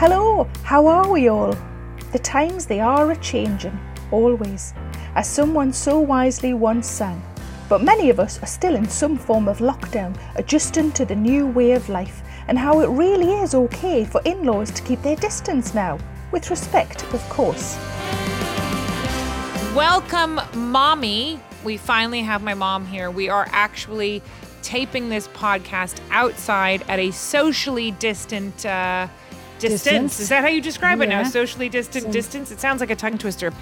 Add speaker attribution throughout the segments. Speaker 1: Hello, how are we all? The times they are a changing, always, as someone so wisely once sang. But many of us are still in some form of lockdown, adjusting to the new way of life and how it really is okay for in laws to keep their distance now, with respect, of course.
Speaker 2: Welcome, mommy. We finally have my mom here. We are actually taping this podcast outside at a socially distant uh, distance.
Speaker 3: Distance?
Speaker 2: Is that how you describe it now?
Speaker 3: Yeah.
Speaker 2: Socially distant distance? It sounds like a tongue twister.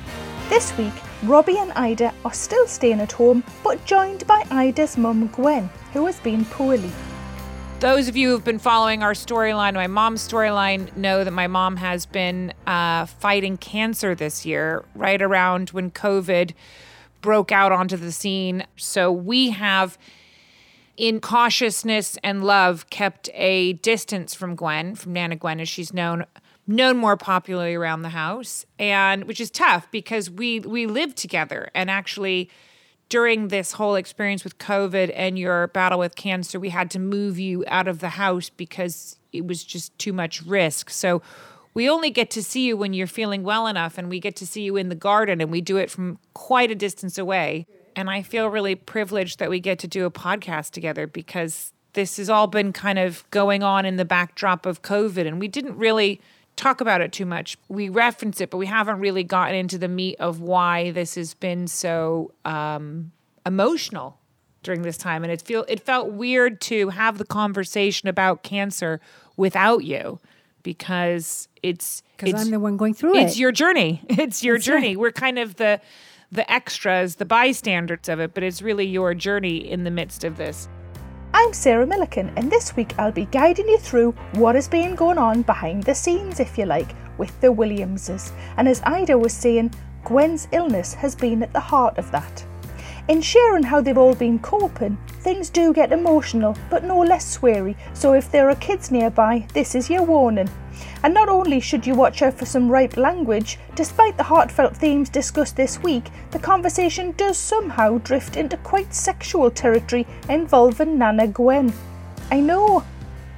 Speaker 1: This week, Robbie and Ida are still staying at home, but joined by Ida's mum Gwen, who has been poorly.
Speaker 2: Those of you who've been following our storyline, my mom's storyline, know that my mom has been uh, fighting cancer this year, right around when COVID broke out onto the scene. So we have, in cautiousness and love, kept a distance from Gwen, from Nana Gwen, as she's known known more popularly around the house, and which is tough because we we live together and actually during this whole experience with COVID and your battle with cancer, we had to move you out of the house because it was just too much risk. So we only get to see you when you're feeling well enough, and we get to see you in the garden, and we do it from quite a distance away. And I feel really privileged that we get to do a podcast together because this has all been kind of going on in the backdrop of COVID, and we didn't really talk about it too much. We reference it, but we haven't really gotten into the meat of why this has been so um, emotional during this time. And it feel it felt weird to have the conversation about cancer without you because it's
Speaker 3: Because
Speaker 2: it's-
Speaker 3: I'm the one going through
Speaker 2: it's
Speaker 3: it.
Speaker 2: your journey. It's your journey. We're kind of the the extras, the bystanders of it, but it's really your journey in the midst of this.
Speaker 1: I'm Sarah Milliken, and this week I'll be guiding you through what has been going on behind the scenes, if you like, with the Williamses. And as Ida was saying, Gwen's illness has been at the heart of that. In sharing how they've all been coping, things do get emotional, but no less sweary, so if there are kids nearby, this is your warning. And not only should you watch out for some ripe language, despite the heartfelt themes discussed this week, the conversation does somehow drift into quite sexual territory involving Nana Gwen. I know,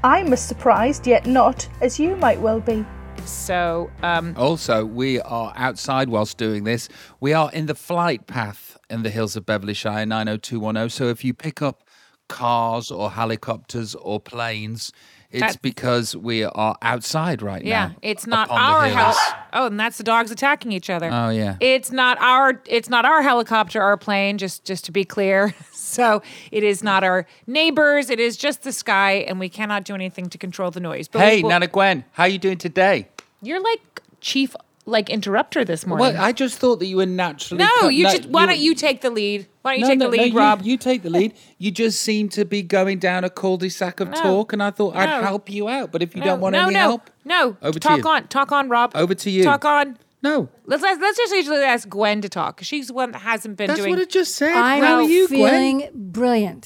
Speaker 1: I'm as surprised, yet not, as you might well be.
Speaker 2: So um,
Speaker 4: Also, we are outside whilst doing this. We are in the flight path in the hills of Beverlyshire 90210. oh. So if you pick up cars or helicopters or planes, it's
Speaker 2: That's-
Speaker 4: because we are outside right
Speaker 2: Yeah,
Speaker 4: now.
Speaker 2: it's not
Speaker 4: upon the
Speaker 2: our
Speaker 4: hills.
Speaker 2: hel- Oh, and that's the dogs attacking each other.
Speaker 4: Oh, yeah.
Speaker 2: It's not our it's not our helicopter, our plane, just just to be clear. So it is not our neighbors, it is just the sky, and we cannot do anything to control the noise. But
Speaker 4: Hey,
Speaker 2: we will-
Speaker 4: Nana Gwen, how you doing today?
Speaker 2: you're like chief like interrupter this morning.
Speaker 4: Well, I just thought that you were naturally.
Speaker 2: no,
Speaker 4: co-
Speaker 2: you just why don't you take the lead? Why don't you
Speaker 4: No,
Speaker 2: take
Speaker 4: no,
Speaker 2: the lead,
Speaker 4: no,
Speaker 2: Rob?
Speaker 4: You, you take the lead. You just seem to be going down a cul-de-sac of
Speaker 2: No,
Speaker 4: talk, and I thought I'd
Speaker 2: no.
Speaker 4: help you out. But if you
Speaker 2: no,
Speaker 4: don't want
Speaker 2: no,
Speaker 4: any
Speaker 2: no,
Speaker 4: help,
Speaker 2: No.
Speaker 4: Over to
Speaker 2: talk
Speaker 4: you.
Speaker 2: on. Talk on, Rob.
Speaker 4: Over to you.
Speaker 2: Talk on.
Speaker 4: no,
Speaker 2: Let's, let's let's just usually ask Gwen to talk. 'cause She's the one that hasn't been
Speaker 4: that's
Speaker 2: doing
Speaker 4: what I just said.
Speaker 3: I'm
Speaker 4: How are you, Gwen?
Speaker 3: feeling brilliant.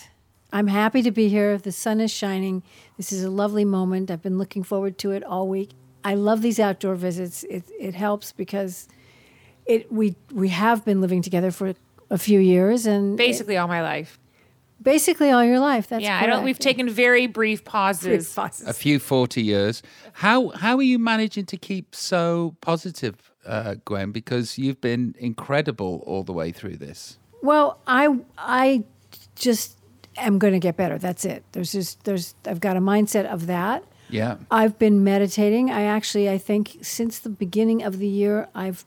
Speaker 3: I'm happy to be here. The sun is shining. This is a lovely moment. I've been looking forward to it all week. I love these outdoor visits. It it helps because it we we have been living together for a few years and
Speaker 2: basically all my life.
Speaker 3: basically all your life. That's
Speaker 2: yeah,
Speaker 3: correct.
Speaker 2: I don't. We've taken very brief pauses.
Speaker 4: a few 40 years how how are you managing to keep so positive uh, gwen because you've been incredible all the way through this
Speaker 3: Well, I I just am going to get better. That's it. There's just there's I've got a mindset of that.
Speaker 4: yeah
Speaker 3: I've been meditating. I actually, I think since the beginning of the year, I've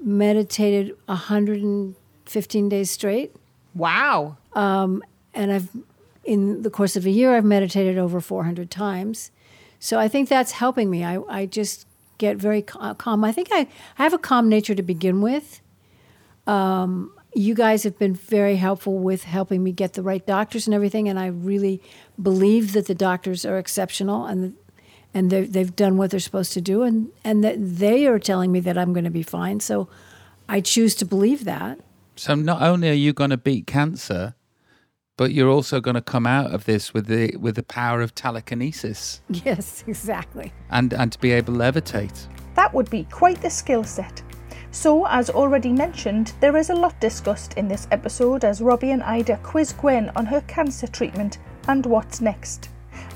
Speaker 3: meditated 115 days straight.
Speaker 2: Wow.
Speaker 3: And I've, in the course of a year, I've meditated over 400 times. So I think that's helping me. I, I just get very ca- calm. I think I, I have a calm nature to begin with. Um, you guys have been very helpful with helping me get the right doctors and everything. And I really believe that the doctors are exceptional and and they've, they've done what they're supposed to do. And, and that they are telling me that I'm going to be fine. So I choose to believe that.
Speaker 4: so not only are you going to beat cancer but you're also going to come out of this with the with the power of telekinesis
Speaker 3: Yes, exactly.
Speaker 4: and and to be able to levitate
Speaker 1: That would be quite the skill set. So, as already mentioned, there is a lot discussed in this episode as Robbie and Ida quiz Gwen on her cancer treatment and what's next.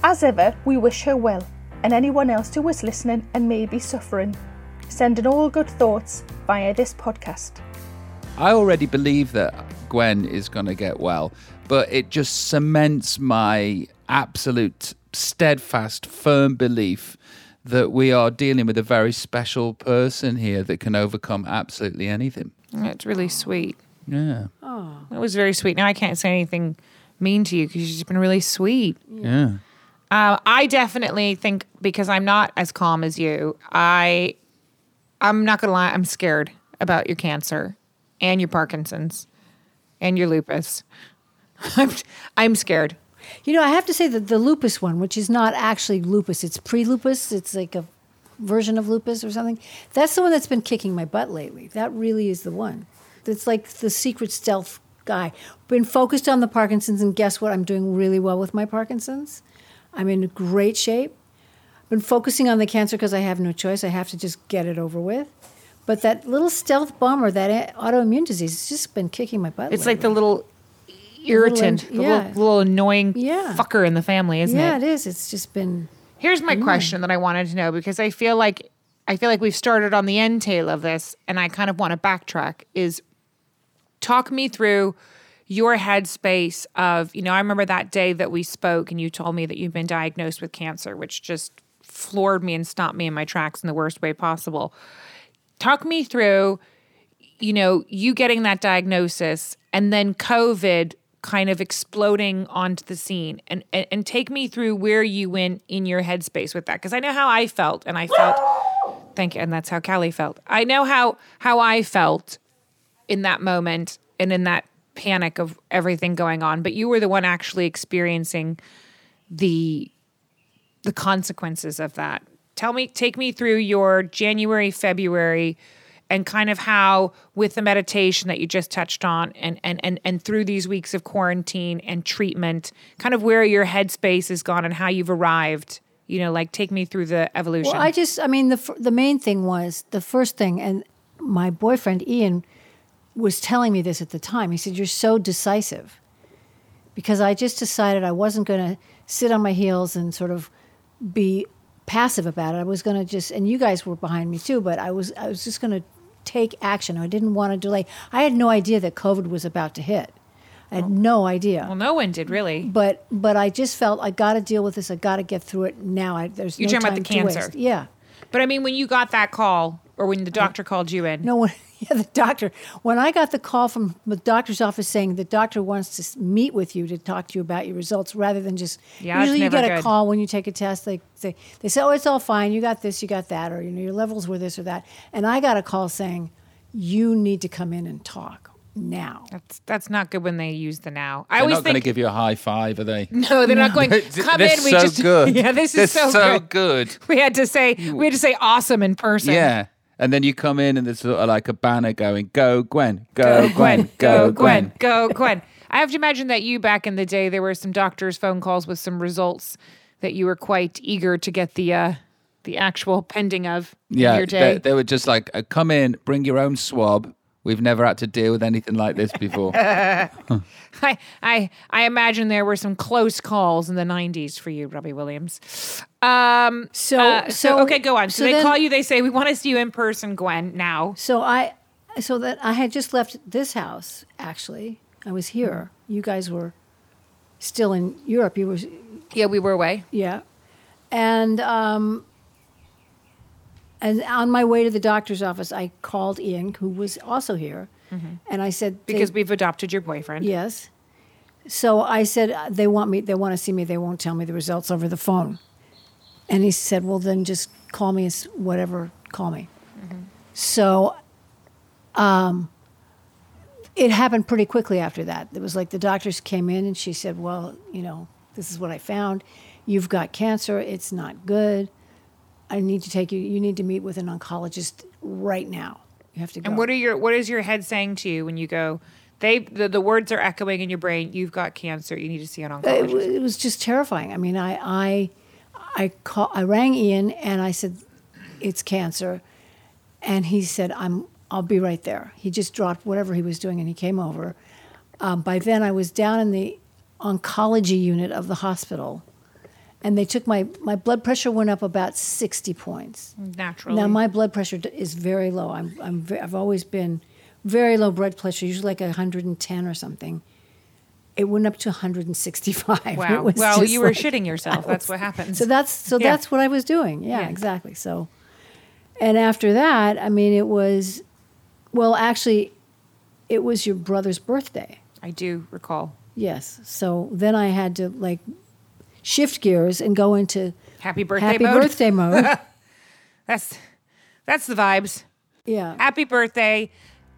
Speaker 1: As ever, we wish her well. and anyone else who is listening and may be suffering. Sending all good thoughts via this podcast.
Speaker 4: I already believe that Gwen is going to get well, but it just cements my absolute, steadfast, firm belief that we are dealing with a very special person here that can overcome absolutely anything.
Speaker 2: It's really sweet.
Speaker 4: Yeah.
Speaker 2: It was very sweet. Now I can't say anything mean to you because you've just been really sweet.
Speaker 4: Yeah.
Speaker 2: Um, I definitely think because I'm not as calm as you, I I'm not gonna lie, I'm scared about your cancer and your Parkinson's and your lupus. I'm I'm scared.
Speaker 3: You know, I have to say that the lupus one, which is not actually lupus, it's pre lupus, it's like a version of lupus or something. That's the one that's been kicking my butt lately. That really is the one. That's like the secret stealth guy. Been focused on the Parkinson's, and guess what? I'm doing really well with my Parkinson's. I'm in great shape. Been focusing on the cancer because I have no choice. I have to just get it over with. But that little stealth bomber, that autoimmune disease, has just been kicking my butt.
Speaker 2: It's
Speaker 3: lately.
Speaker 2: like the little irritant,
Speaker 3: in-
Speaker 2: the
Speaker 3: yeah.
Speaker 2: little, little annoying
Speaker 3: Yeah.
Speaker 2: fucker in the family, isn't
Speaker 3: yeah,
Speaker 2: it?
Speaker 3: it is. Mm. It's just been
Speaker 2: Here's my question that I wanted to know because I feel like I feel like we've started on the end tail of this and I kind of want to backtrack is talk me through your headspace of, you know, I remember that day that we spoke and you told me that you've been diagnosed with cancer, which just floored me and stopped me in my tracks in the worst way possible. Talk me through, you know, you getting that diagnosis and then COVID kind of exploding onto the scene and and, and take me through where you went in your headspace with that because I know how I felt and I felt thank you and that's how Callie felt. I know how how I felt in that moment and in that panic of everything going on but you were the one actually experiencing the the consequences of that tell me take me through your january february and kind of how with the meditation that you just touched on and and and, and through these weeks of quarantine and treatment kind of where your headspace has gone and how you've arrived you know like take me through the evolution
Speaker 3: Well, I just, I mean, the fir- the main thing was the first thing, and my boyfriend Ian was telling me this at the time. He said, "You're so decisive," because I just decided I wasn't going to sit on my heels and sort of be passive about it. I was going to just, and you guys were behind me too, but I was, I was just going to take action. I didn't want to delay. I had no idea that COVID was about to hit. I had no idea
Speaker 2: well no one did really
Speaker 3: but but I just felt I got to deal with this. I got to get through it now. I, there's
Speaker 2: You're
Speaker 3: no
Speaker 2: talking about the
Speaker 3: time to waste.
Speaker 2: cancer.
Speaker 3: Yeah,
Speaker 2: but i mean when you got that call or when the doctor called you in
Speaker 3: no one. Yeah, the doctor. When I got the call from the doctor's office saying the doctor wants to s- meet with you to talk to you about your results, rather than just
Speaker 2: Yeah, it's
Speaker 3: usually you
Speaker 2: never
Speaker 3: get a
Speaker 2: good.
Speaker 3: call when you take a test. They say they say, oh, it's all fine. You got this, you got that, or you know your levels were this or that. And I got a call saying you need to come in and talk now.
Speaker 2: That's that's not good when they use the now. I
Speaker 4: They're
Speaker 2: always
Speaker 4: not going to
Speaker 2: think
Speaker 4: give you a high five, are they?
Speaker 2: no, they're not going. Come
Speaker 4: They're
Speaker 2: in, we
Speaker 4: so
Speaker 2: just
Speaker 4: good.
Speaker 2: yeah, this is
Speaker 4: They're
Speaker 2: so, good.
Speaker 4: good.
Speaker 2: We had to say we had to say awesome in person.
Speaker 4: Yeah. And then you come in and there's sort of like a banner going, go Gwen, go,
Speaker 2: Go
Speaker 4: Gwen, go Gwen.
Speaker 2: go Gwen. I have to imagine that you back in the day there were some doctors' phone calls with some results that you were quite eager to get the uh, the actual pending of in
Speaker 4: Yeah.
Speaker 2: your
Speaker 4: They,
Speaker 2: day.
Speaker 4: they were just like, uh, come in, bring your own swab. We've never had to deal with anything like this before.
Speaker 2: I, I I imagine there were some close calls in the '90s for you, Robbie Williams. Um,
Speaker 3: So-
Speaker 2: uh,
Speaker 3: so-
Speaker 2: okay, go on. So,
Speaker 3: so
Speaker 2: they
Speaker 3: then-
Speaker 2: call you. They say we want to see you in person, Gwen. Now,
Speaker 3: So I, so that I had just left this house. Actually, I was here.
Speaker 2: Mm-hmm.
Speaker 3: You guys were still in Europe. You were,
Speaker 2: yeah, we were away.
Speaker 3: yeah, and um, and on my way to the doctor's office, I called Ian, who was also here, and I said they-
Speaker 2: because we've adopted your boyfriend.
Speaker 3: Yes. So I said uh, they want me. They want to see me. They won't tell me the results over the phone. And he said, "Well, then just call me. as Whatever, call me."
Speaker 2: Mm-hmm.
Speaker 3: So, um, it happened pretty quickly after that. It was like the doctors came in and she said, "Well, you know, this is what I found. You've got cancer. It's not good. I need to take you. You need to meet with an oncologist right now. You have to go."
Speaker 2: And what are your what is your head saying to you when you go? They the, the words are echoing in your brain. You've got cancer. You need to see an
Speaker 3: it,
Speaker 2: oncologist.
Speaker 3: w- it was just terrifying. I mean, I I I call, I rang Ian and I said, "It's cancer," and he said, "I'm I'll be right there." He just dropped whatever he was doing and he came over. Um, by then, I was down in the oncology unit of the hospital, and they took my my blood pressure went up about 60 points.
Speaker 2: Naturally.
Speaker 3: Now my blood pressure d- is very low. I'm I'm ve- I've always been very low blood pressure, usually like 110 or something. It went up to 165. It
Speaker 2: Wow.
Speaker 3: was
Speaker 2: Well,
Speaker 3: just
Speaker 2: you were
Speaker 3: like-
Speaker 2: shitting yourself.
Speaker 3: I
Speaker 2: That's
Speaker 3: was-
Speaker 2: what happens.
Speaker 3: So that's so
Speaker 2: Yeah.
Speaker 3: that's what I was doing. Yeah,
Speaker 2: Yeah.
Speaker 3: exactly. So, and after that, I mean, it was, well, actually, it was your brother's birthday.
Speaker 2: I do recall.
Speaker 3: Yes. So then I had to like shift gears and go into
Speaker 2: Happy birthday
Speaker 3: happy
Speaker 2: mode.
Speaker 3: birthday mode.
Speaker 2: That's that's the vibes.
Speaker 3: yeah.
Speaker 2: Happy birthday.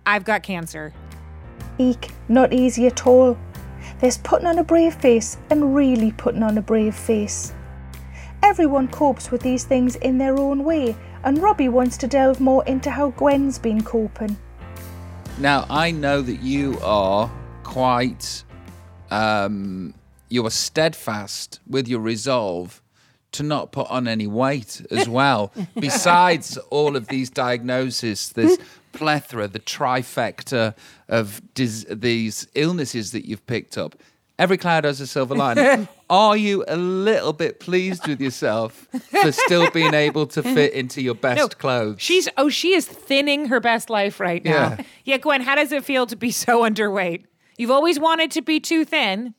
Speaker 2: I've got cancer.
Speaker 1: Eek, not easy at all. There's putting on a brave face and really putting on a brave face. Everyone copes with these things in their own way, and Robbie wants to delve more into how Gwen's been coping.
Speaker 4: Now I know that you are quite um you are steadfast with your resolve to not put on any weight as well. Besides all of these diagnoses, this plethora, the trifecta of dis- these illnesses that you've picked up. Every cloud has a silver lining. Are you a little bit pleased with yourself for still being able to fit into your best clothes?
Speaker 2: She's oh, she is thinning her best life right now.
Speaker 4: Yeah.
Speaker 2: Yeah. Gwen, how does it feel to be so underweight? You've always wanted to be too thin.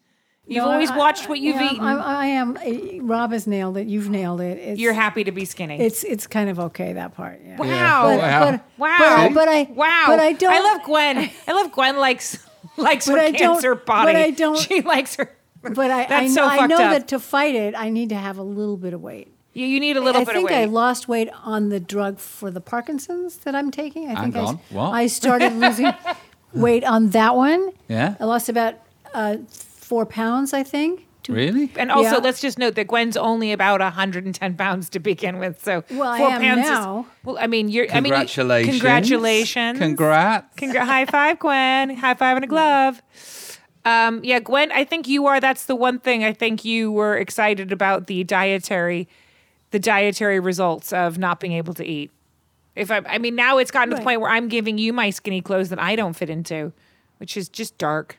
Speaker 2: You've
Speaker 3: No, I-
Speaker 2: always
Speaker 3: I-
Speaker 2: watched what you've
Speaker 3: yeah,
Speaker 2: eaten.
Speaker 3: I'm- I, I am. eh, Rob has nailed it. You've nailed it. It's,
Speaker 2: You're happy to be skinny.
Speaker 3: It's it's kind of okay that part. Yeah.
Speaker 2: wow.
Speaker 3: But,
Speaker 4: Wow.
Speaker 3: But,
Speaker 2: Wow.
Speaker 3: But, but I.
Speaker 2: wow.
Speaker 3: But I don't.
Speaker 2: I love Gwen. I love Gwen likes likes
Speaker 3: But
Speaker 2: her
Speaker 3: I don't-
Speaker 2: cancer
Speaker 3: but
Speaker 2: body.
Speaker 3: I don't-
Speaker 2: She likes her.
Speaker 3: But I, I
Speaker 2: That's
Speaker 3: know,
Speaker 2: so
Speaker 3: I
Speaker 2: fucked
Speaker 3: know
Speaker 2: up.
Speaker 3: that to fight it, I need to have a little bit of weight.
Speaker 2: You, you need a little
Speaker 3: I
Speaker 2: bit
Speaker 3: think
Speaker 2: of weight.
Speaker 3: I lost weight on the drug for the Parkinson's that I'm taking. I think
Speaker 4: Hang
Speaker 3: I,
Speaker 4: on, what?
Speaker 3: I started losing weight on that one.
Speaker 4: Yeah.
Speaker 3: I lost about uh, four pounds, I think. Two-
Speaker 4: really?
Speaker 2: and also,
Speaker 3: yeah.
Speaker 2: let's just note that Gwen's only about 110 pounds to begin with. So
Speaker 3: Well, I
Speaker 2: four
Speaker 3: am
Speaker 2: pounds is-
Speaker 3: now.
Speaker 2: well, I mean, you're. I mean, you-
Speaker 4: Congratulations.
Speaker 2: congratulations.
Speaker 4: Congrats.
Speaker 2: Congra- high five, Gwen. High five and a glove. Um, yeah, Gwen, I think you are. That's the one thing I think you were excited about the dietary, the dietary results of not being able to eat. If I, I mean, now it's gotten to the
Speaker 3: Right.
Speaker 2: point where I'm giving you my skinny clothes that I don't fit into, which is just dark.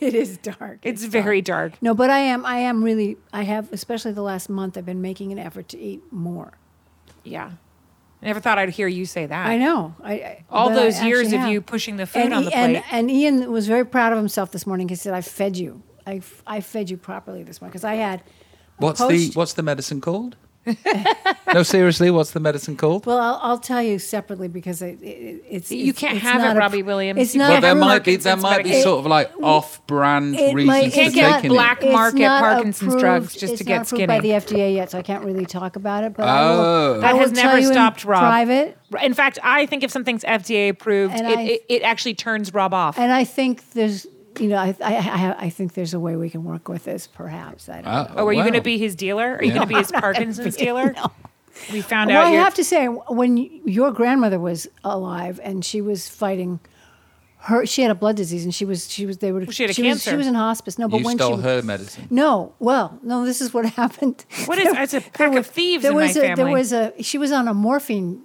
Speaker 3: It is dark.
Speaker 2: It's very dark.
Speaker 3: no, but I am. I am really. I have, especially the last month, I've been making an effort to eat more.
Speaker 2: Yeah, I never thought I'd hear you say that.
Speaker 3: I know. I, I
Speaker 2: All
Speaker 3: but I
Speaker 2: those years
Speaker 3: actually
Speaker 2: of
Speaker 3: have.
Speaker 2: you pushing the food
Speaker 3: and,
Speaker 2: on the
Speaker 3: I- and-
Speaker 2: plate.
Speaker 3: And Ian was very proud of himself this morning. He said, "I fed you. I, f- I fed you properly this morning because I had." a
Speaker 4: What's
Speaker 3: post-
Speaker 4: the what's the medicine called? no, seriously, what's the medicine called?
Speaker 3: Well, I'll, I'll tell you separately because it, it, it's
Speaker 2: You
Speaker 3: it's-
Speaker 2: can't
Speaker 3: it's
Speaker 2: have it,
Speaker 3: not a-
Speaker 2: Robbie Williams.
Speaker 3: It's
Speaker 2: You
Speaker 3: not.
Speaker 4: well,
Speaker 2: can't
Speaker 4: there
Speaker 2: have
Speaker 4: might be
Speaker 2: Parkinson's
Speaker 4: there might be
Speaker 2: medication.
Speaker 4: sort of like off-brand
Speaker 3: it
Speaker 4: reasons
Speaker 3: might-
Speaker 4: for
Speaker 3: it's
Speaker 2: You can't get
Speaker 4: taking
Speaker 2: black
Speaker 4: it.
Speaker 3: it's
Speaker 2: market
Speaker 3: not
Speaker 2: Parkinson's drugs just
Speaker 3: it's
Speaker 2: to
Speaker 3: not
Speaker 2: get
Speaker 3: approved by
Speaker 2: skinny.
Speaker 3: the FDA yet, so I can't really talk about it. But I will-
Speaker 4: Oh.
Speaker 3: I
Speaker 2: That
Speaker 3: will
Speaker 2: has
Speaker 3: tell
Speaker 2: never
Speaker 3: you in
Speaker 2: stopped Rob.
Speaker 3: Private,
Speaker 2: In fact, I think if something's FDA approved, it,
Speaker 3: And I-
Speaker 2: it, it actually turns Rob off.
Speaker 3: and I think there's, you know, I, I, I, I think there's a way we can work with this, perhaps. I don't know.
Speaker 2: oh, are you going
Speaker 4: wow.
Speaker 2: to be his dealer? Are you going to be his Parkinson's dealer? We found
Speaker 3: Well,
Speaker 2: out.
Speaker 3: I
Speaker 2: you're-
Speaker 3: have to say, when y- your grandmother was alive and she was fighting her, she had a blood disease and she was she was they were
Speaker 2: she had a
Speaker 3: was,
Speaker 2: cancer.
Speaker 3: she was in hospice. No, but
Speaker 4: You
Speaker 3: when
Speaker 4: stole
Speaker 3: she
Speaker 4: her medicine.
Speaker 3: no, well, no, this is what happened.
Speaker 2: What is- it's a pack of
Speaker 3: were-
Speaker 2: thieves
Speaker 3: There
Speaker 2: in my
Speaker 3: was a there
Speaker 2: family.
Speaker 3: was a she was on a morphine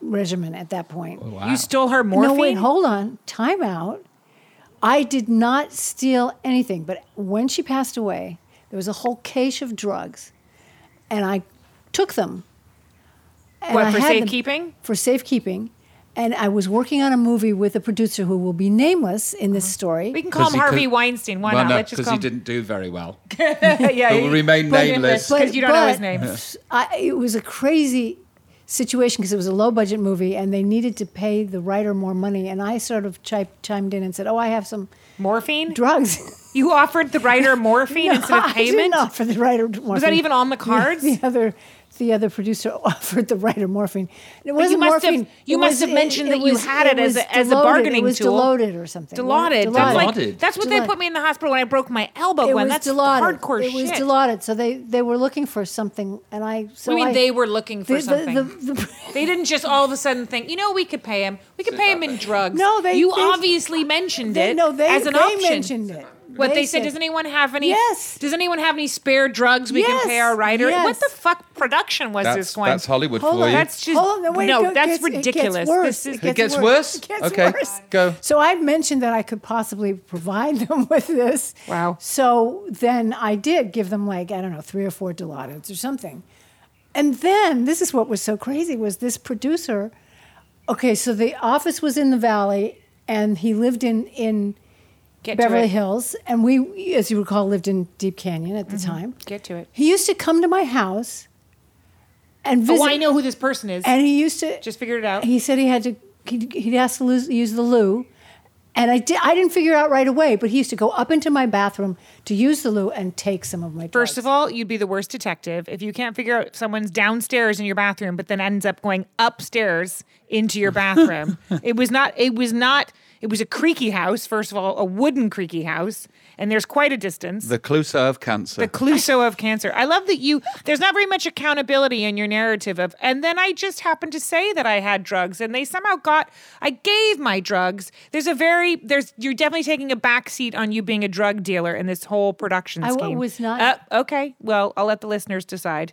Speaker 3: regimen at that point.
Speaker 4: Wow.
Speaker 2: You stole her morphine.
Speaker 3: No, wait, hold on. Time out. I did not steal anything, but when she passed away, there was a whole cache of drugs, and I took them. And
Speaker 2: What,
Speaker 3: I
Speaker 2: for
Speaker 3: had them
Speaker 2: safekeeping?
Speaker 3: For safekeeping. And I was working on a movie with a producer who will be nameless in this story.
Speaker 2: Uh-huh. we can call
Speaker 4: 'Cause
Speaker 2: him
Speaker 4: he
Speaker 2: Harvey
Speaker 4: could-
Speaker 2: Weinstein. Why
Speaker 4: well,
Speaker 2: not?
Speaker 4: no,
Speaker 2: Let's just
Speaker 4: because
Speaker 2: call
Speaker 4: he
Speaker 2: him.
Speaker 4: didn't do very well.
Speaker 2: yeah,
Speaker 4: It will remain nameless.
Speaker 2: But- 'Cause you don't know his name.
Speaker 3: I, it was a crazy situation because it was a low budget movie and they needed to pay the writer more money. And I sort of chi- chimed in and said, Oh, I have some
Speaker 2: morphine.
Speaker 3: drugs.
Speaker 2: you offered the writer morphine instead of
Speaker 3: I didn't
Speaker 2: payment.
Speaker 3: offer the writer morphine.
Speaker 2: Was that even on the cards?
Speaker 3: The other, the other producer offered the writer morphine. It wasn't
Speaker 2: must have-
Speaker 3: morphine.
Speaker 2: you
Speaker 3: It
Speaker 2: must
Speaker 3: was-
Speaker 2: have mentioned that you had it as
Speaker 3: was
Speaker 2: a- as a
Speaker 3: Dilaudid.
Speaker 2: bargaining
Speaker 3: It was
Speaker 2: tool.
Speaker 3: Dilaudid or something.
Speaker 2: Dilaudid. That's like
Speaker 4: Dilaudid.
Speaker 2: that's what they put me in the hospital when I broke my elbow.
Speaker 3: it
Speaker 2: Gwen.
Speaker 3: was
Speaker 2: that's
Speaker 3: Dilaudid.
Speaker 2: hardcore
Speaker 3: It was
Speaker 2: shit.
Speaker 3: Dilaudid. So they they were looking for something, and I. So
Speaker 2: I mean,
Speaker 3: I-
Speaker 2: they were looking for
Speaker 3: the-
Speaker 2: something.
Speaker 3: The, the, the,
Speaker 2: They didn't just all of a sudden think, you know, we could pay him. We could pay him in drugs.
Speaker 3: No, they-
Speaker 2: You
Speaker 3: they-
Speaker 2: obviously mentioned
Speaker 3: they,
Speaker 2: it
Speaker 3: no, they,
Speaker 2: as an
Speaker 3: they
Speaker 2: option.
Speaker 3: mentioned it.
Speaker 2: what they,
Speaker 3: They
Speaker 2: said,
Speaker 3: said-
Speaker 2: does anyone have any?
Speaker 3: Yes.
Speaker 2: Does anyone have any spare drugs we
Speaker 3: Yes,
Speaker 2: can pay our writer? What
Speaker 3: yes.
Speaker 2: the fuck production was
Speaker 4: That's,
Speaker 2: this one?
Speaker 4: that's Hollywood
Speaker 3: Hold
Speaker 4: for
Speaker 3: on,
Speaker 4: you.
Speaker 2: That's just
Speaker 3: Hold on, no, wait,
Speaker 2: no.
Speaker 3: it go-
Speaker 2: that's
Speaker 3: gets- it gets
Speaker 2: ridiculous.
Speaker 3: worse.
Speaker 2: This is
Speaker 3: It
Speaker 4: it
Speaker 3: gets
Speaker 4: gets
Speaker 3: worse.
Speaker 4: worse.
Speaker 3: It gets
Speaker 4: okay,
Speaker 3: worse.
Speaker 4: go.
Speaker 3: So I'd mentioned that I could possibly provide them with this.
Speaker 2: Wow.
Speaker 3: So then I did give them like, I don't know, three or four Dilaudats or something. And then this is what was so crazy was this producer, okay, so the office was in the valley and he lived in in
Speaker 2: Get to
Speaker 3: Beverly
Speaker 2: it.
Speaker 3: Hills and we as you recall lived in Deep Canyon at the time.
Speaker 2: Mm-hmm. Get to it.
Speaker 3: He used to come to my house and visit
Speaker 2: Oh, I know who this person is.
Speaker 3: and he used to
Speaker 2: Just figured it out.
Speaker 3: He said he had to. He'd, he'd asked to lose, use the loo, and I did. I didn't figure it out right away, but he used to go up into my bathroom to use the loo and take some of my.
Speaker 2: First
Speaker 3: drugs.
Speaker 2: of all, you'd be the worst detective if you can't figure out if someone's downstairs in your bathroom, but then ends up going upstairs into your bathroom. it was not. It was not. It was a creaky house. First of all, a wooden creaky house, and there's quite a distance.
Speaker 4: The Clouseau of cancer.
Speaker 2: the Cluso of cancer. I love that you. There's not very much accountability in your narrative of. And then I just happened to say that I had drugs, and they somehow got. I gave my drugs. There's a very. There's. You're definitely taking a backseat on you being a drug dealer in this whole production
Speaker 3: I w-
Speaker 2: scheme.
Speaker 3: was not.
Speaker 2: Uh, okay. Well, I'll let the listeners decide.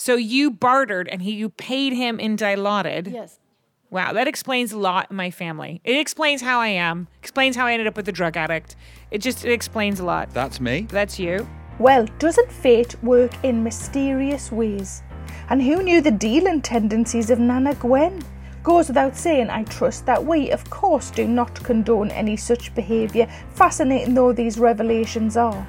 Speaker 2: So you bartered, and he you paid him in dilaudid.
Speaker 3: yes,
Speaker 2: Wow, that explains a lot in my family. It explains how I am. Explains how I ended up with a drug addict. It just it explains a lot.
Speaker 4: That's me.
Speaker 2: That's you.
Speaker 1: Well, doesn't fate work in mysterious ways? And who knew the dealing tendencies of Nana Gwen? Goes without saying, I trust that we, of course, do not condone any such behaviour, fascinating though these revelations are.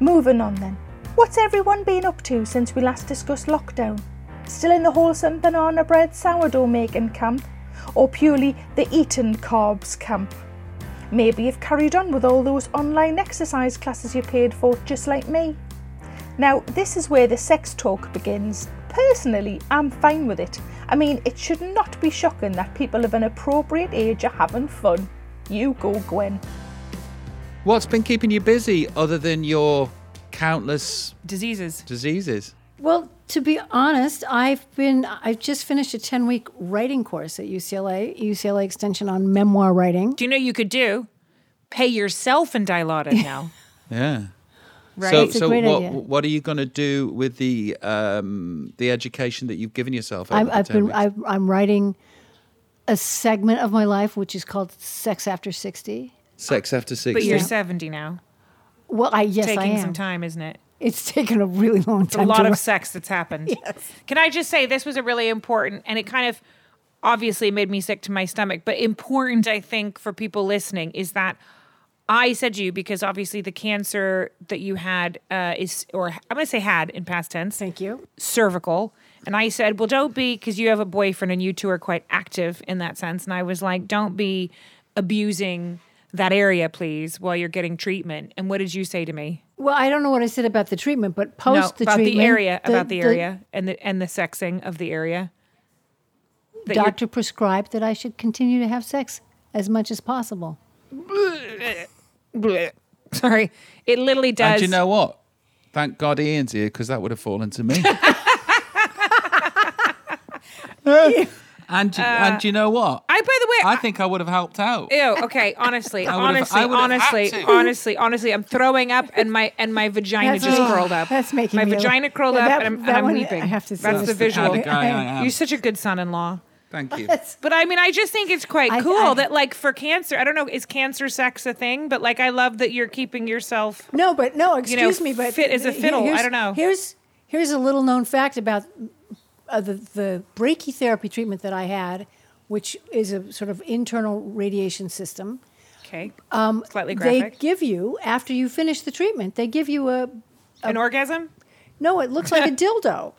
Speaker 1: Moving on then. What's everyone been up to since we last discussed lockdown? Still in the wholesome banana bread sourdough making camp? Or purely the eating carbs camp? Maybe you've carried on with all those online exercise classes you paid for, just like me. Now, this is where the sex talk begins. Personally, I'm fine with it. I mean, it should not be shocking that people of an appropriate age are having fun. You go, Gwen.
Speaker 4: What's been keeping you busy other than your countless
Speaker 2: Diseases.
Speaker 4: diseases?
Speaker 3: Well, to be honest, I've been I've just finished a 10-week writing course at UCLA, UCLA Extension on memoir writing.
Speaker 2: Do you know you could do? Pay yourself in Dilaudid now.
Speaker 4: Yeah.
Speaker 2: Right?
Speaker 4: So,
Speaker 3: a
Speaker 4: so
Speaker 3: great
Speaker 4: what
Speaker 3: idea.
Speaker 4: what are you going to do with the um, the education that you've given yourself? Over
Speaker 3: I'm,
Speaker 4: the
Speaker 3: I've
Speaker 4: 10
Speaker 3: been
Speaker 4: Oh, weeks?
Speaker 3: I've, I'm writing a segment of my life which is called Sex After 60.
Speaker 4: sex after six.
Speaker 2: but you're 70 now.
Speaker 3: Well, I yes I
Speaker 2: Taking
Speaker 3: am.
Speaker 2: some time, isn't it?
Speaker 3: It's taken a really long
Speaker 2: It's
Speaker 3: time.
Speaker 2: a
Speaker 3: to
Speaker 2: lot of
Speaker 3: write.
Speaker 2: sex that's happened. Can I just say this was a really important and it kind of obviously made me sick to my stomach, but important I think for people listening is that I said you because obviously the cancer that you had uh, is, or I'm going to say had in past tense.
Speaker 3: Thank you.
Speaker 2: cervical. And I said, Well, don't be, because you have a boyfriend and you two are quite active in that sense. And I was like, Don't be abusing that area, please, while you're getting treatment. And what did you say to me?
Speaker 3: Well, I don't know what I said about the treatment, but post
Speaker 2: no,
Speaker 3: the
Speaker 2: about
Speaker 3: treatment,
Speaker 2: the area, about the, area and the and the sexing of the area. That you're-
Speaker 3: doctor prescribed that I should continue to have sex as much as possible.
Speaker 2: Blech. Sorry. It literally does.
Speaker 4: And you know what? Thank God Ian's here because that would have fallen to me. and you- and you know what?
Speaker 2: Uh, I, by the way,
Speaker 4: I think I would have helped out.
Speaker 2: Ew. Okay. Honestly.
Speaker 4: I would've-
Speaker 2: honestly.
Speaker 4: I would've had
Speaker 2: honestly.
Speaker 4: to.
Speaker 2: Honestly. Honestly. I'm throwing up, and my and my vagina
Speaker 3: That's-
Speaker 2: just
Speaker 3: ugh,
Speaker 2: curled up.
Speaker 3: that's making
Speaker 2: my
Speaker 3: me-
Speaker 2: vagina curled
Speaker 3: Yeah,
Speaker 2: up,
Speaker 3: that-
Speaker 2: and I'm, and
Speaker 3: that
Speaker 2: I'm
Speaker 3: one,
Speaker 2: leaping.
Speaker 3: I have to say
Speaker 2: That's
Speaker 3: this
Speaker 2: the
Speaker 3: is the
Speaker 2: visual.
Speaker 4: kind of guy I am.
Speaker 2: You're such a good son-in-law.
Speaker 4: Thank you.
Speaker 2: But I mean, I just think it's quite
Speaker 3: I-
Speaker 2: cool
Speaker 3: I-
Speaker 2: that, like, for cancer, I don't know, is cancer sex a thing? But like, I love that you're keeping yourself.
Speaker 3: No, but no, excuse me, but
Speaker 2: fit as a
Speaker 3: he-
Speaker 2: fiddle, I
Speaker 3: here's-
Speaker 2: don't know.
Speaker 3: Here's here's a little known fact about uh, the the brachytherapy treatment that I had, which is a sort of internal radiation system.
Speaker 2: Okay. Um, Slightly graphic.
Speaker 3: They give you after you finish the treatment, they give you a
Speaker 2: An orgasm.
Speaker 3: no, it looks like a dildo.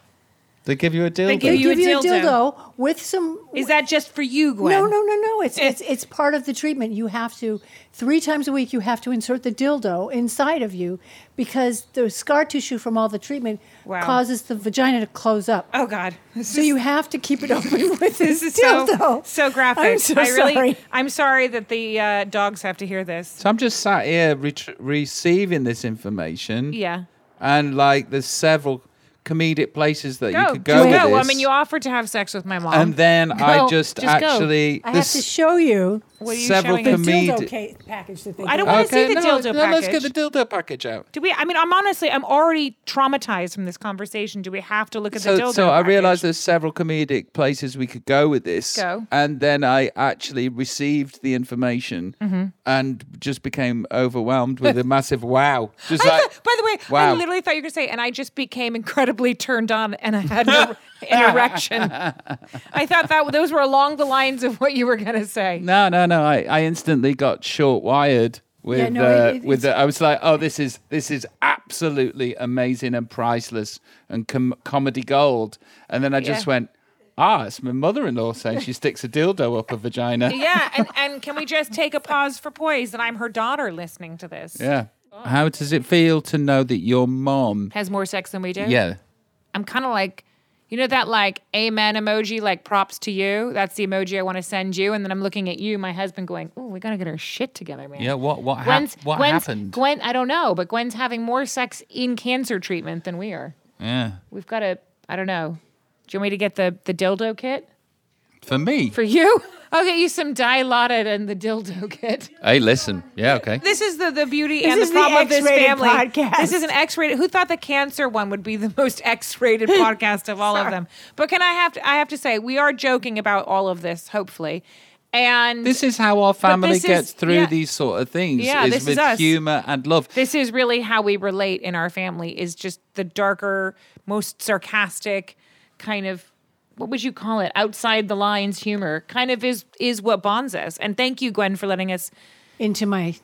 Speaker 5: They give you a deal.
Speaker 2: They give
Speaker 3: They
Speaker 2: you a
Speaker 3: give you a
Speaker 2: dildo.
Speaker 3: dildo with some.
Speaker 2: Is that just for you, Gwen?
Speaker 3: No, no, no, no. It's, it's it's part of the treatment. You have to three times a week. You have to insert the dildo inside of you because the scar tissue from all the treatment
Speaker 2: Wow.
Speaker 3: causes the vagina to close up.
Speaker 2: Oh God. This
Speaker 3: so
Speaker 2: is-
Speaker 3: you have to keep it open with this,
Speaker 2: this is
Speaker 3: dildo.
Speaker 2: so so graphic.
Speaker 3: I'm so
Speaker 2: I really,
Speaker 3: sorry.
Speaker 2: I'm sorry that the uh, dogs have to hear this.
Speaker 4: So I'm just sat here ret- receiving this information.
Speaker 2: Yeah.
Speaker 4: And like, there's several comedic places that you
Speaker 2: Go,
Speaker 4: could
Speaker 2: just
Speaker 4: go.
Speaker 2: go.
Speaker 4: With
Speaker 2: I
Speaker 4: this.
Speaker 2: mean, you offered to have sex with my mom.
Speaker 4: And then I
Speaker 2: Go,
Speaker 4: just,
Speaker 2: Um, just go.
Speaker 4: actually
Speaker 3: I have
Speaker 4: this
Speaker 3: to show you
Speaker 2: what are you
Speaker 4: several
Speaker 2: showing us?
Speaker 4: comedians- Need-
Speaker 3: dildo ca- package that they
Speaker 2: I don't
Speaker 3: give.
Speaker 2: want to see the
Speaker 4: no,
Speaker 2: dildo
Speaker 4: no,
Speaker 2: package.
Speaker 4: let's get the dildo package out.
Speaker 2: Do we? I mean, I'm honestly, I'm already traumatized from this conversation. Do we have to look at the
Speaker 4: So,
Speaker 2: dildo?
Speaker 4: so I
Speaker 2: package?
Speaker 4: realized there's several comedic places we could go with this.
Speaker 2: Go.
Speaker 4: And then I actually received the information
Speaker 2: Mm-hmm.
Speaker 4: and just became overwhelmed with a massive wow. Just
Speaker 2: I
Speaker 4: like,
Speaker 2: thought- by the way, I
Speaker 4: wow.
Speaker 2: literally thought you were going to say, and I just became incredibly turned on, and I had an, an erection. I thought that those were along the lines of what you were going to say.
Speaker 4: No, no, no. I, I instantly got short wired with
Speaker 3: no,
Speaker 4: uh,
Speaker 3: it- it-
Speaker 4: with the, I was like, oh, this is this is absolutely amazing and priceless and com- comedy gold. And then I just
Speaker 2: Yeah.
Speaker 4: went, ah, it's my mother in law saying she sticks a dildo up her vagina.
Speaker 2: Yeah, and, and can we just take a pause for poise? And I'm her daughter listening to this.
Speaker 4: Yeah. How does it feel to know that your mom?
Speaker 2: Has more sex than we do.
Speaker 4: Yeah.
Speaker 2: I'm kind of like, you know, that like amen emoji, like props to you. That's the emoji I want to send you. And then I'm looking at you, my husband, going, oh, we got to get our shit together, man.
Speaker 4: Yeah. What what hap-
Speaker 2: Gwen's,
Speaker 4: what
Speaker 2: Gwen's,
Speaker 4: happened?
Speaker 2: Gwen, I don't know, but Gwen's having more sex in cancer treatment than we are.
Speaker 4: yeah.
Speaker 2: We've got to, I don't know. Do you want me to get the, the dildo kit
Speaker 4: For me.
Speaker 2: for you? I'll get you some dilaudid and the dildo kit.
Speaker 4: hey, listen. Yeah. Okay.
Speaker 2: This is the, the beauty and
Speaker 3: is
Speaker 2: the
Speaker 3: the
Speaker 2: problem of this
Speaker 3: X-rated
Speaker 2: family.
Speaker 3: podcast.
Speaker 2: This is an X-rated. Who thought the cancer one would be the most X-rated podcast of all of them? But can I have to, I have to say we are joking about all of this. Hopefully, and
Speaker 4: This is how our family
Speaker 2: this is-
Speaker 4: gets through
Speaker 2: yeah.
Speaker 4: these sort of things.
Speaker 2: Yeah,
Speaker 4: is
Speaker 2: this is
Speaker 4: with
Speaker 2: us.
Speaker 4: humor and love.
Speaker 2: this is really how we relate in our family. Is just the darker, most sarcastic kind of what would you call it? Outside the lines humor kind of is is what bonds us. And thank you, Gwen, for letting us
Speaker 3: into my.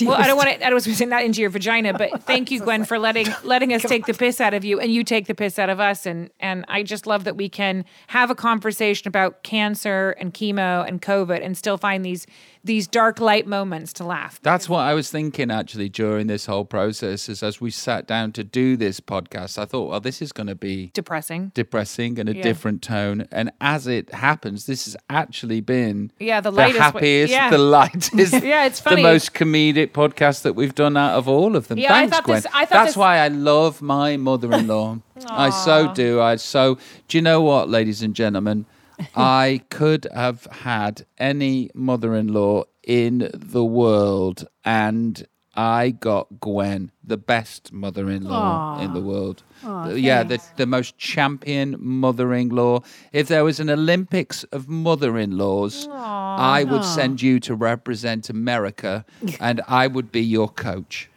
Speaker 2: Well, I don't want to. I was saying that into your vagina, but thank you, Gwen, for letting letting us take the piss out of you, and you take the piss out of us, and and I just love that we can have a conversation about cancer and chemo and COVID, and still find these these dark light moments to laugh.
Speaker 4: That's what I was thinking actually during this whole process. Is as we sat down to do this podcast, I thought, well, this is going to be
Speaker 2: Depressing.
Speaker 4: depressing and a different tone. And as it happens, this has actually been
Speaker 2: Yeah, the lightest wa-
Speaker 4: happiest,
Speaker 2: yeah.
Speaker 4: the lightest,
Speaker 2: Yeah, it's funny.
Speaker 4: the most comedic podcast that we've done out of all of them.
Speaker 2: Yeah, I
Speaker 4: Thanks,
Speaker 2: thought
Speaker 4: Gwen.
Speaker 2: this- I thought
Speaker 4: That's
Speaker 2: this-
Speaker 4: why I love my mother-in-law. I so do. I so. Do you know what, ladies and gentlemen? I could have had any mother-in-law in the world, and I got Gwen, the best mother-in-law in the world. The- yeah, the, the most champion mother-in-law. If there was an Olympics of mother-in-laws, I would send you to represent America, and I would be your coach.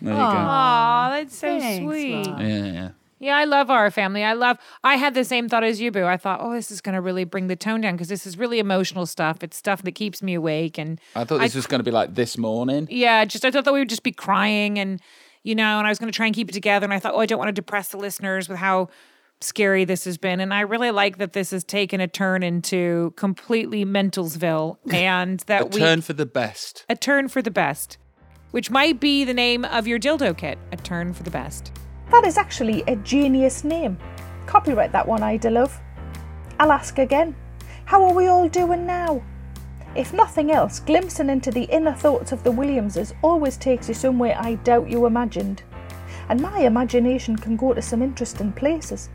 Speaker 4: There you go.
Speaker 2: Aw, that's so
Speaker 3: Thanks,
Speaker 2: sweet.
Speaker 3: Mom.
Speaker 4: Yeah, yeah.
Speaker 2: Yeah, I love our family. I love. I had the same thought as you, boo. I thought, oh, this is going to really bring the tone down because this is really emotional stuff. It's stuff that keeps me awake, and
Speaker 4: I thought this was going to be like this morning.
Speaker 2: yeah, just I thought that we would just be crying and you know, and I was going to try and keep it together. And I thought, oh, I don't want to depress the listeners with how scary this has been. And I really like that this has taken a turn into completely Mentalsville, and that
Speaker 4: A
Speaker 2: we
Speaker 4: turn for the best.
Speaker 2: a turn for the best, which might be the name of your dildo kit, a turn for the best.
Speaker 1: That is actually a genius name. Copyright that one, Ida Love. I'll ask again. How are we all doing now? If nothing else, glimpsing into the inner thoughts of the Williamses always takes you somewhere I doubt you imagined. And my imagination can go to some interesting places.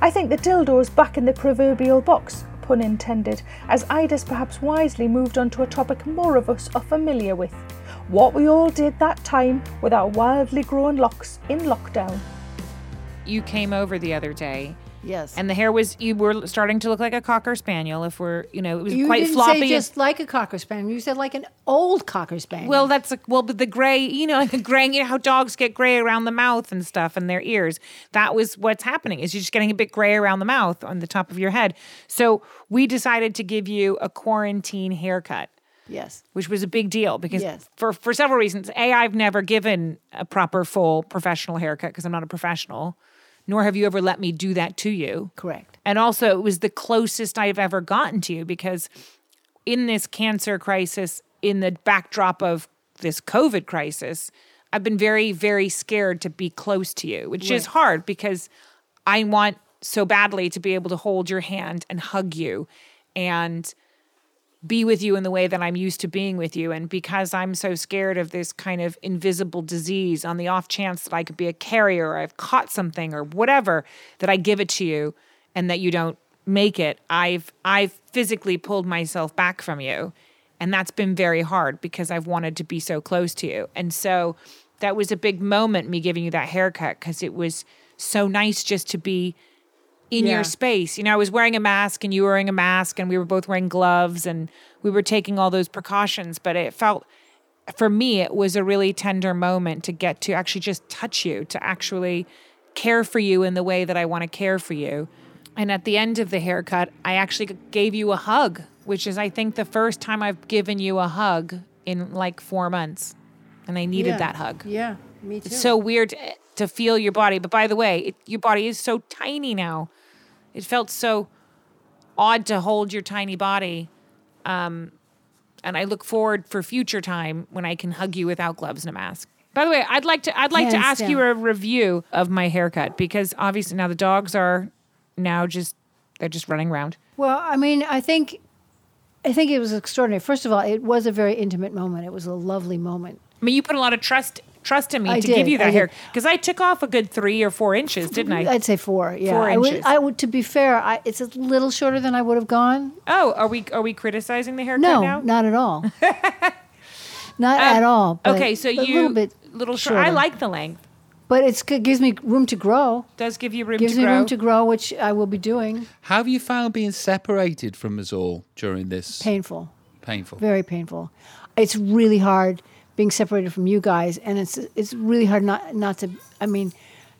Speaker 1: I think the dildo is back in the proverbial box, pun intended, as Ida's perhaps wisely moved on to a topic more of us are familiar with what we all did that time with our wildly grown locks in lockdown.
Speaker 2: You came over the other day.
Speaker 3: Yes.
Speaker 2: And the hair was, you were starting to look like a cocker spaniel if we're, you know, it was
Speaker 3: you
Speaker 2: quite
Speaker 3: didn't
Speaker 2: floppy.
Speaker 3: say just like a cocker spaniel. You said like an old cocker spaniel.
Speaker 2: Well, that's a, well, but the gray, you know, like the graying, you know how dogs get gray around the mouth and stuff and their ears. That was what's happening is you're just getting a bit gray around the mouth on the top of your head. So we decided to give you a quarantine haircut,
Speaker 3: yes.
Speaker 2: which was a big deal because
Speaker 3: Yes.
Speaker 2: for for several reasons. A, I've never given a proper full professional haircut because I'm not a professional. nor have you ever let me do that to you.
Speaker 3: Correct.
Speaker 2: And also, it was the closest I've ever gotten to you because in this cancer crisis, in the backdrop of this COVID crisis, I've been very, very scared to be close to you, which is hard because I want so badly to be able to hold your hand and hug you and be with you in the way that I'm used to being with you. And because I'm so scared of this kind of invisible disease, on the off chance that I could be a carrier or I've caught something or whatever, that I give it to you and that you don't make it, I've I've physically pulled myself back from you. And that's been very hard because I've wanted to be so close to you. And so that was a big moment, me giving you that haircut, because it was so nice just to be in
Speaker 6: Yeah.
Speaker 2: your space. You know, I was wearing a mask and you were wearing a mask and we were both wearing gloves and we were taking all those precautions, but it felt for me it was a really tender moment to get to actually just touch you, to actually care for you in the way that I want to care for you. And at the end of the haircut, I actually gave you a hug, which is I think the first time I've given you a hug in like 4 months. And I needed
Speaker 3: Yeah.
Speaker 2: that hug.
Speaker 3: Yeah, me too.
Speaker 2: It's so weird to, to feel your body. But by the way, it, your body is so tiny now. It felt so odd to hold your tiny body. Um, and I look forward for future time when I can hug you without gloves and a mask. By the way, I'd like to I'd like to
Speaker 3: Hands
Speaker 2: ask you
Speaker 3: down.
Speaker 2: a review of my haircut because obviously now the dogs are now just they're just running around.
Speaker 3: Well, I mean, I think, I think it was extraordinary. First of all, it was a very intimate moment. It was a lovely moment.
Speaker 2: I mean, you put a lot of trust trust in me
Speaker 3: I
Speaker 2: to
Speaker 3: did,
Speaker 2: give you
Speaker 3: I
Speaker 2: that
Speaker 3: did.
Speaker 2: hair because I took off a good three or four inches, didn't I?
Speaker 3: I'd say four. Yeah,
Speaker 2: Four
Speaker 3: I would.
Speaker 2: inches.
Speaker 3: I would. To be fair, I, it's a little shorter than I would have gone.
Speaker 2: oh, are we are we criticizing the haircut
Speaker 3: No,
Speaker 2: now?
Speaker 3: not at all. not at all. but-
Speaker 2: Um, okay, so
Speaker 3: but
Speaker 2: you
Speaker 3: a little bit
Speaker 2: little short.
Speaker 3: shorter.
Speaker 2: I like the length.
Speaker 3: but it's it gives me room to grow.
Speaker 2: Does give you room
Speaker 3: Gives
Speaker 2: to
Speaker 3: me
Speaker 2: grow.
Speaker 3: room to grow, which I will be doing.
Speaker 4: How have you found being separated from us all during this
Speaker 3: Painful.
Speaker 4: painful?
Speaker 3: very painful. It's really hard being separated from you guys, and it's it's really hard not not to. I mean,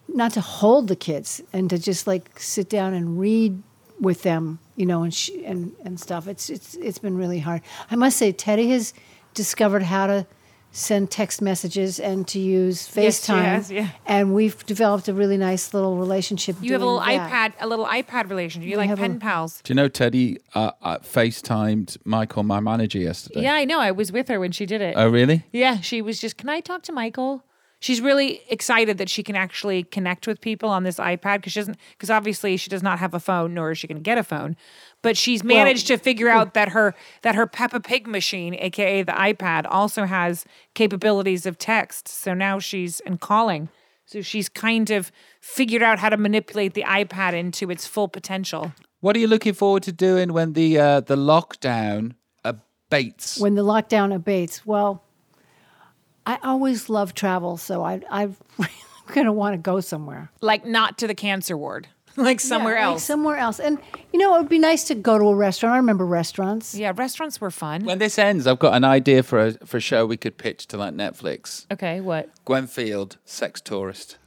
Speaker 3: not to hold the kids and to just like sit down and read with them, you know, and sh- and and stuff. It's it's it's been really hard. I must say, Teddy has discovered how to send text messages and to use
Speaker 2: Yes, she
Speaker 3: FaceTime.
Speaker 2: has, yeah.
Speaker 3: And we've developed a really nice little relationship.
Speaker 2: you have a
Speaker 3: doing
Speaker 2: little
Speaker 3: that.
Speaker 2: iPad, a little iPad relationship. You
Speaker 3: We
Speaker 2: like
Speaker 3: have a-
Speaker 2: pen pals.
Speaker 4: Do you know Teddy? Uh, I FaceTimed Michael, my manager, yesterday.
Speaker 2: Yeah, I know. I was with her when she did it.
Speaker 4: Oh, really?
Speaker 2: yeah, she was just. Can I talk to Michael? She's really excited that she can actually connect with people on this iPad because she doesn't. Because obviously she does not have a phone, nor is she going to get a phone. But she's managed to figure out that her that her Peppa Pig machine, aka the iPad, also has capabilities of text. So now she's and calling. So she's kind of figured out how to manipulate the iPad into its full potential.
Speaker 4: What are you looking forward to doing when the uh, the lockdown abates?
Speaker 3: when the lockdown abates. Well, I always love travel, so I, I'm going to want to go somewhere.
Speaker 2: like not to the cancer ward, like somewhere
Speaker 3: Yeah, like
Speaker 2: else.
Speaker 3: somewhere else. And, you know, it would be nice to go to a restaurant. I remember restaurants.
Speaker 2: yeah, restaurants were fun.
Speaker 4: When this ends, I've got an idea for a for a show we could pitch to like Netflix.
Speaker 2: okay, what?
Speaker 4: Gwen Field, sex tourist.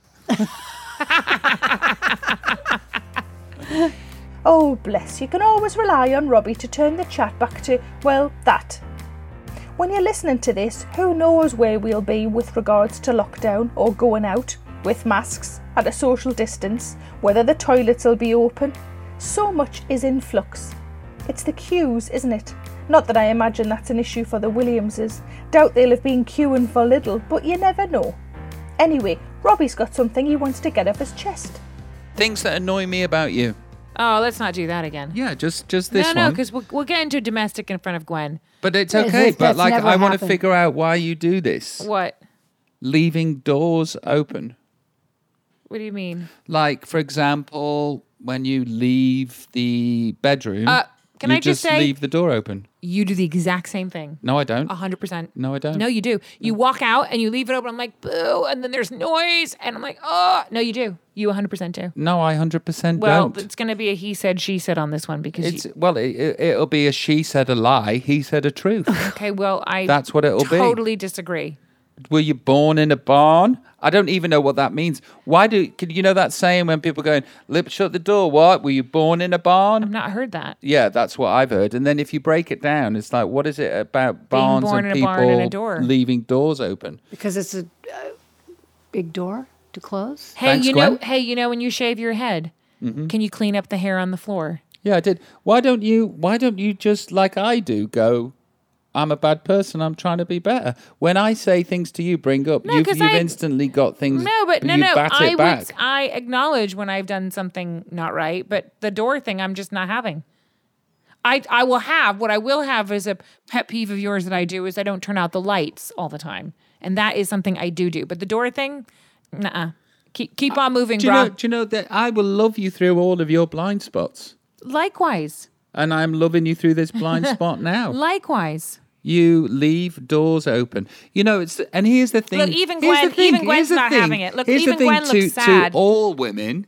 Speaker 1: Oh, bless, you can always rely on Robbie to turn the chat back to, well, that. When you're listening to this, who knows where we'll be with regards to lockdown or going out, with masks, at a social distance, whether the toilets will be open. So much is in flux. It's the queues, isn't it? Not that I imagine that's an issue for the Williamses. Doubt they'll have been queuing for little, but you never know. Anyway, Robbie's got something he wants to get off his chest.
Speaker 4: Things that annoy me about you.
Speaker 2: Oh, let's not do that again.
Speaker 4: Yeah, just just this
Speaker 2: no, no,
Speaker 4: one.
Speaker 2: because we'll, we'll get into domestic in front of Gwen.
Speaker 4: but it's
Speaker 3: Yes,
Speaker 4: okay.
Speaker 3: yes,
Speaker 4: but
Speaker 3: that's
Speaker 4: like,
Speaker 3: never
Speaker 4: I want to
Speaker 3: happened.
Speaker 4: figure out why you do this.
Speaker 2: What?
Speaker 4: Leaving doors open.
Speaker 2: What do you mean?
Speaker 4: Like, for example, when you leave the bedroom,
Speaker 2: Uh, can
Speaker 4: you
Speaker 2: I just say-
Speaker 4: leave the door open?
Speaker 2: You do the exact same thing.
Speaker 4: No, I don't.
Speaker 2: A hundred percent.
Speaker 4: No, I don't.
Speaker 2: No, you do. You walk out and you leave it open. I'm like, boo, and then there's noise, and I'm like, oh, no, you do. You 100% do.
Speaker 4: no, I hundred percent
Speaker 2: Well,
Speaker 4: don't.
Speaker 2: it's going to be a he said, she said on this one because
Speaker 4: It's
Speaker 2: you,
Speaker 4: well, it, it, it'll be a she said a lie, he said a truth.
Speaker 2: okay. Well, I
Speaker 4: That's what it'll be.
Speaker 2: Totally disagree.
Speaker 4: Were you born in a barn? I don't even know what that means. Why do can you know that saying when people going lip shut the door? What were you born in a barn?
Speaker 2: I've not heard that.
Speaker 4: yeah, that's what I've heard. And then if you break it down, it's like, what is it about barns
Speaker 2: born
Speaker 4: and
Speaker 2: in a
Speaker 4: people
Speaker 2: barn and a door.
Speaker 4: leaving doors open?
Speaker 3: Because it's a uh, big door. to close.
Speaker 2: Hey,
Speaker 4: Thanks,
Speaker 2: you know,
Speaker 4: Gwen. Mm-hmm.
Speaker 2: hey, you know, when you shave your head, can you clean up the hair on the floor?
Speaker 4: Yeah, I did. Why don't you? Why don't you just like I do? Go. I'm a bad person. I'm trying to be better. When I say things to you, bring up. you've
Speaker 2: 'cause
Speaker 4: you've
Speaker 2: I-
Speaker 4: instantly got things.
Speaker 2: No, but no,
Speaker 4: you
Speaker 2: no.
Speaker 4: Bat it
Speaker 2: I
Speaker 4: back.
Speaker 2: would, I acknowledge when I've done something not right, but the door thing, I'm just not having. I, I will have what I will have is a pet peeve of yours that I do is I don't turn out the lights all the time, and that is something I do do. But the door thing, nah, keep keep on moving,
Speaker 4: Do you
Speaker 2: bro.
Speaker 4: know? Do you know that I will love you through all of your blind spots,
Speaker 2: Likewise,
Speaker 4: and I'm loving you through this blind spot now.
Speaker 2: likewise.
Speaker 4: You leave doors open. You know, it's and here's the thing.
Speaker 2: Look, even
Speaker 4: here's
Speaker 2: Gwen-
Speaker 4: the thing,
Speaker 2: even Gwen's
Speaker 4: here's the
Speaker 2: not
Speaker 4: thing,
Speaker 2: having it. Look,
Speaker 4: here's
Speaker 2: even
Speaker 4: the thing
Speaker 2: Gwen
Speaker 4: to,
Speaker 2: looks
Speaker 4: to
Speaker 2: sad.
Speaker 4: all women.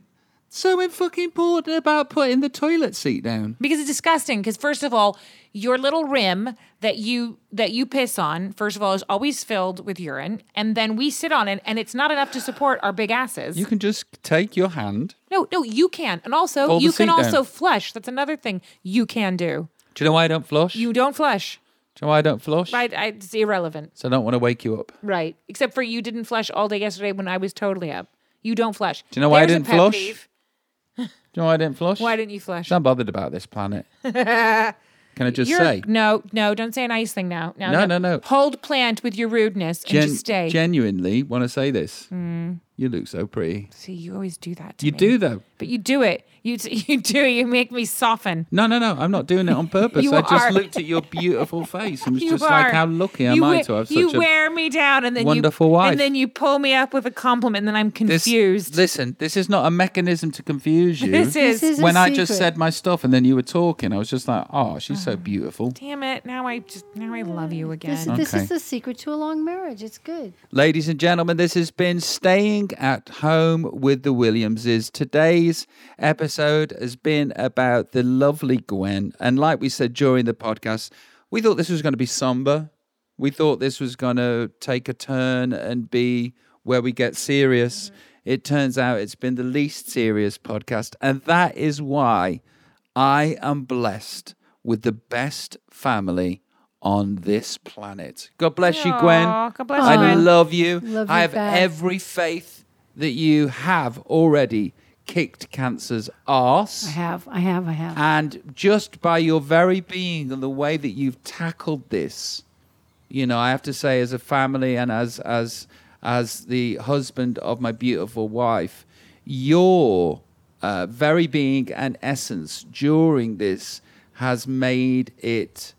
Speaker 4: So fucking important about putting the toilet seat down.
Speaker 2: because it's disgusting because first of all your little rim that you that you piss on first of all is always filled with urine and then we sit on it and it's not enough to support our big asses
Speaker 4: You can just take your hand.
Speaker 2: no no you can and also
Speaker 4: Fold the
Speaker 2: you can
Speaker 4: seat down.
Speaker 2: also flush that's another thing you can do
Speaker 4: Do you know why I don't flush?
Speaker 2: you don't flush
Speaker 4: Do you know why I don't flush?
Speaker 2: I, I, it's irrelevant
Speaker 4: So I don't want to wake you up.
Speaker 2: right except for you didn't flush all day yesterday when i was totally up you don't flush
Speaker 4: Do you know why I
Speaker 2: There's a
Speaker 4: didn't
Speaker 2: pet
Speaker 4: flush?
Speaker 2: peeve.
Speaker 4: Do you know why I didn't flush?
Speaker 2: why didn't you flush
Speaker 4: I'm bothered about this planet. Can I just
Speaker 2: You're-
Speaker 4: say?
Speaker 2: no no don't say a nice thing now no
Speaker 4: No, no, no.
Speaker 2: hold plant with your rudeness and
Speaker 4: gen-
Speaker 2: just stay
Speaker 4: Genuinely want to say this.
Speaker 2: Hmm.
Speaker 4: You look so pretty.
Speaker 2: See, you always do that. To
Speaker 4: You
Speaker 2: me.
Speaker 4: do though.
Speaker 2: but you do it. You you do. it. You make me soften.
Speaker 4: No, no, no. I'm not doing it on purpose.
Speaker 2: You
Speaker 4: I just
Speaker 2: are.
Speaker 4: looked at your beautiful face and was
Speaker 2: You
Speaker 4: just
Speaker 2: are.
Speaker 4: like, how lucky am
Speaker 2: you
Speaker 4: I
Speaker 2: wear-
Speaker 4: to have
Speaker 2: you
Speaker 4: such a
Speaker 2: wear me down, and then
Speaker 4: wonderful
Speaker 2: you,
Speaker 4: wife.
Speaker 2: and then you pull me up with a compliment, and then I'm
Speaker 4: This-
Speaker 2: confused.
Speaker 4: Listen, this is not a mechanism to confuse you.
Speaker 2: This, is,
Speaker 3: This is a
Speaker 4: when I just
Speaker 3: secret.
Speaker 4: said my stuff and then you were talking, I was just like, oh, she's
Speaker 2: Ah.
Speaker 4: so beautiful.
Speaker 2: damn it. Now I just now I love you again.
Speaker 3: This, this
Speaker 4: Okay.
Speaker 3: is the secret to a long marriage. It's good.
Speaker 4: Ladies and gentlemen, this has been Staying at Home with the Williamses. Today's episode has been about the lovely Gwen. And like we said during the podcast, we thought this was going to be somber. We thought this was going to take a turn and be where we get serious.
Speaker 2: Mm.
Speaker 4: It turns out it's been the least serious podcast. And that is why I am blessed with the best family on this planet. God bless you, Gwen.
Speaker 2: Aw, God bless you,
Speaker 4: I
Speaker 2: Gwen.
Speaker 4: love you.
Speaker 3: Love
Speaker 4: I
Speaker 3: you
Speaker 4: have
Speaker 3: back.
Speaker 4: every faith that you have already kicked cancer's arse.
Speaker 3: I have, I have, I have.
Speaker 4: And just by your very being and the way that you've tackled this, you know, I have to say, as a family and as as as the husband of my beautiful wife, your uh, very being and essence during this has made it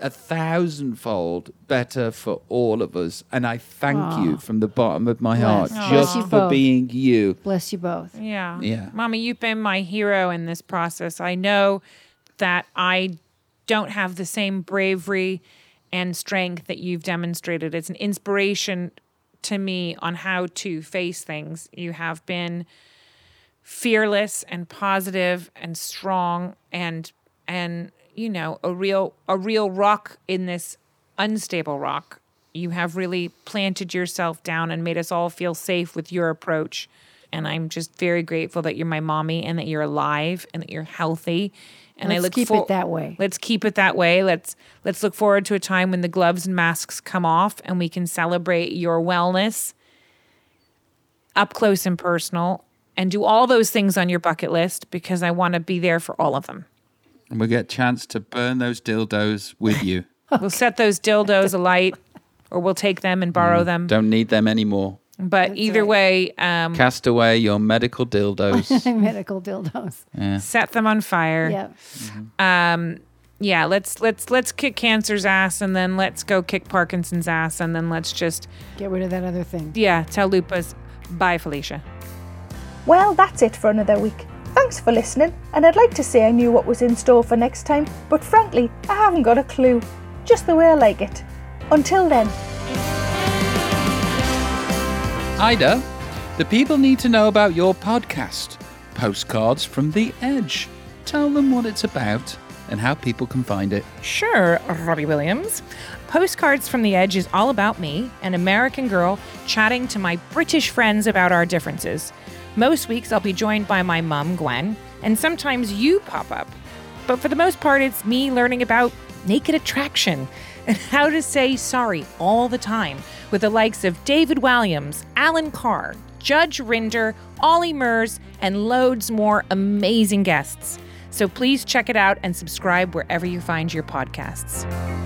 Speaker 4: a thousandfold better for all of us. And I thank you from the bottom of my heart
Speaker 3: Bless- bless
Speaker 4: just
Speaker 3: you
Speaker 4: for
Speaker 3: both.
Speaker 4: being you.
Speaker 3: Bless you both.
Speaker 2: Yeah.
Speaker 4: Yeah.
Speaker 2: Mommy, you've been my hero in this process. I know that I don't have the same bravery and strength that you've demonstrated. It's an inspiration to me on how to face things. You have been fearless and positive and strong and and you know a real a real rock in this unstable rock you have really planted yourself down and made us all feel safe with your approach and i'm just very grateful that you're my mommy and that you're alive and that you're healthy and i
Speaker 3: Let's
Speaker 2: look
Speaker 3: keep
Speaker 2: for-
Speaker 3: it that way.
Speaker 2: let's keep it that way let's let's look forward to a time when the gloves and masks come off and we can celebrate your wellness up close and personal and do all those things on your bucket list because I want to be there for all of them.
Speaker 4: And we get a chance to burn those dildos with you.
Speaker 2: We'll set those dildos alight or we'll take them and borrow them.
Speaker 4: Mm-hmm. Don't need them anymore.
Speaker 2: But either way, um,
Speaker 4: Cast away your medical dildos.
Speaker 3: Medical dildos.
Speaker 2: set them on fire.
Speaker 3: Yeah.
Speaker 2: Um, yeah, let's let's let's kick cancer's ass and then let's go kick Parkinson's ass and then let's just
Speaker 3: Get rid of that other thing.
Speaker 2: yeah, tell Lupus bye Felicia.
Speaker 1: Well, that's it for another week. Thanks for listening, and I'd like to say I knew what was in store for next time, but frankly, I haven't got a clue. Just the way I like it. Until then,
Speaker 4: Ida, the people need to know about your podcast, Postcards from the Edge. Tell them what it's about and how people can find it.
Speaker 2: Sure, Robbie Williams. Postcards from the Edge is all about me, an American girl, chatting to my British friends about our differences. Most weeks I'll be joined by my mum, Gwen, and sometimes you pop up. But for the most part, it's me learning about naked attraction and how to say sorry all the time with the likes of David Walliams, Alan Carr, Judge Rinder, Ollie Murs, and loads more amazing guests. So please check it out and subscribe wherever you find your podcasts.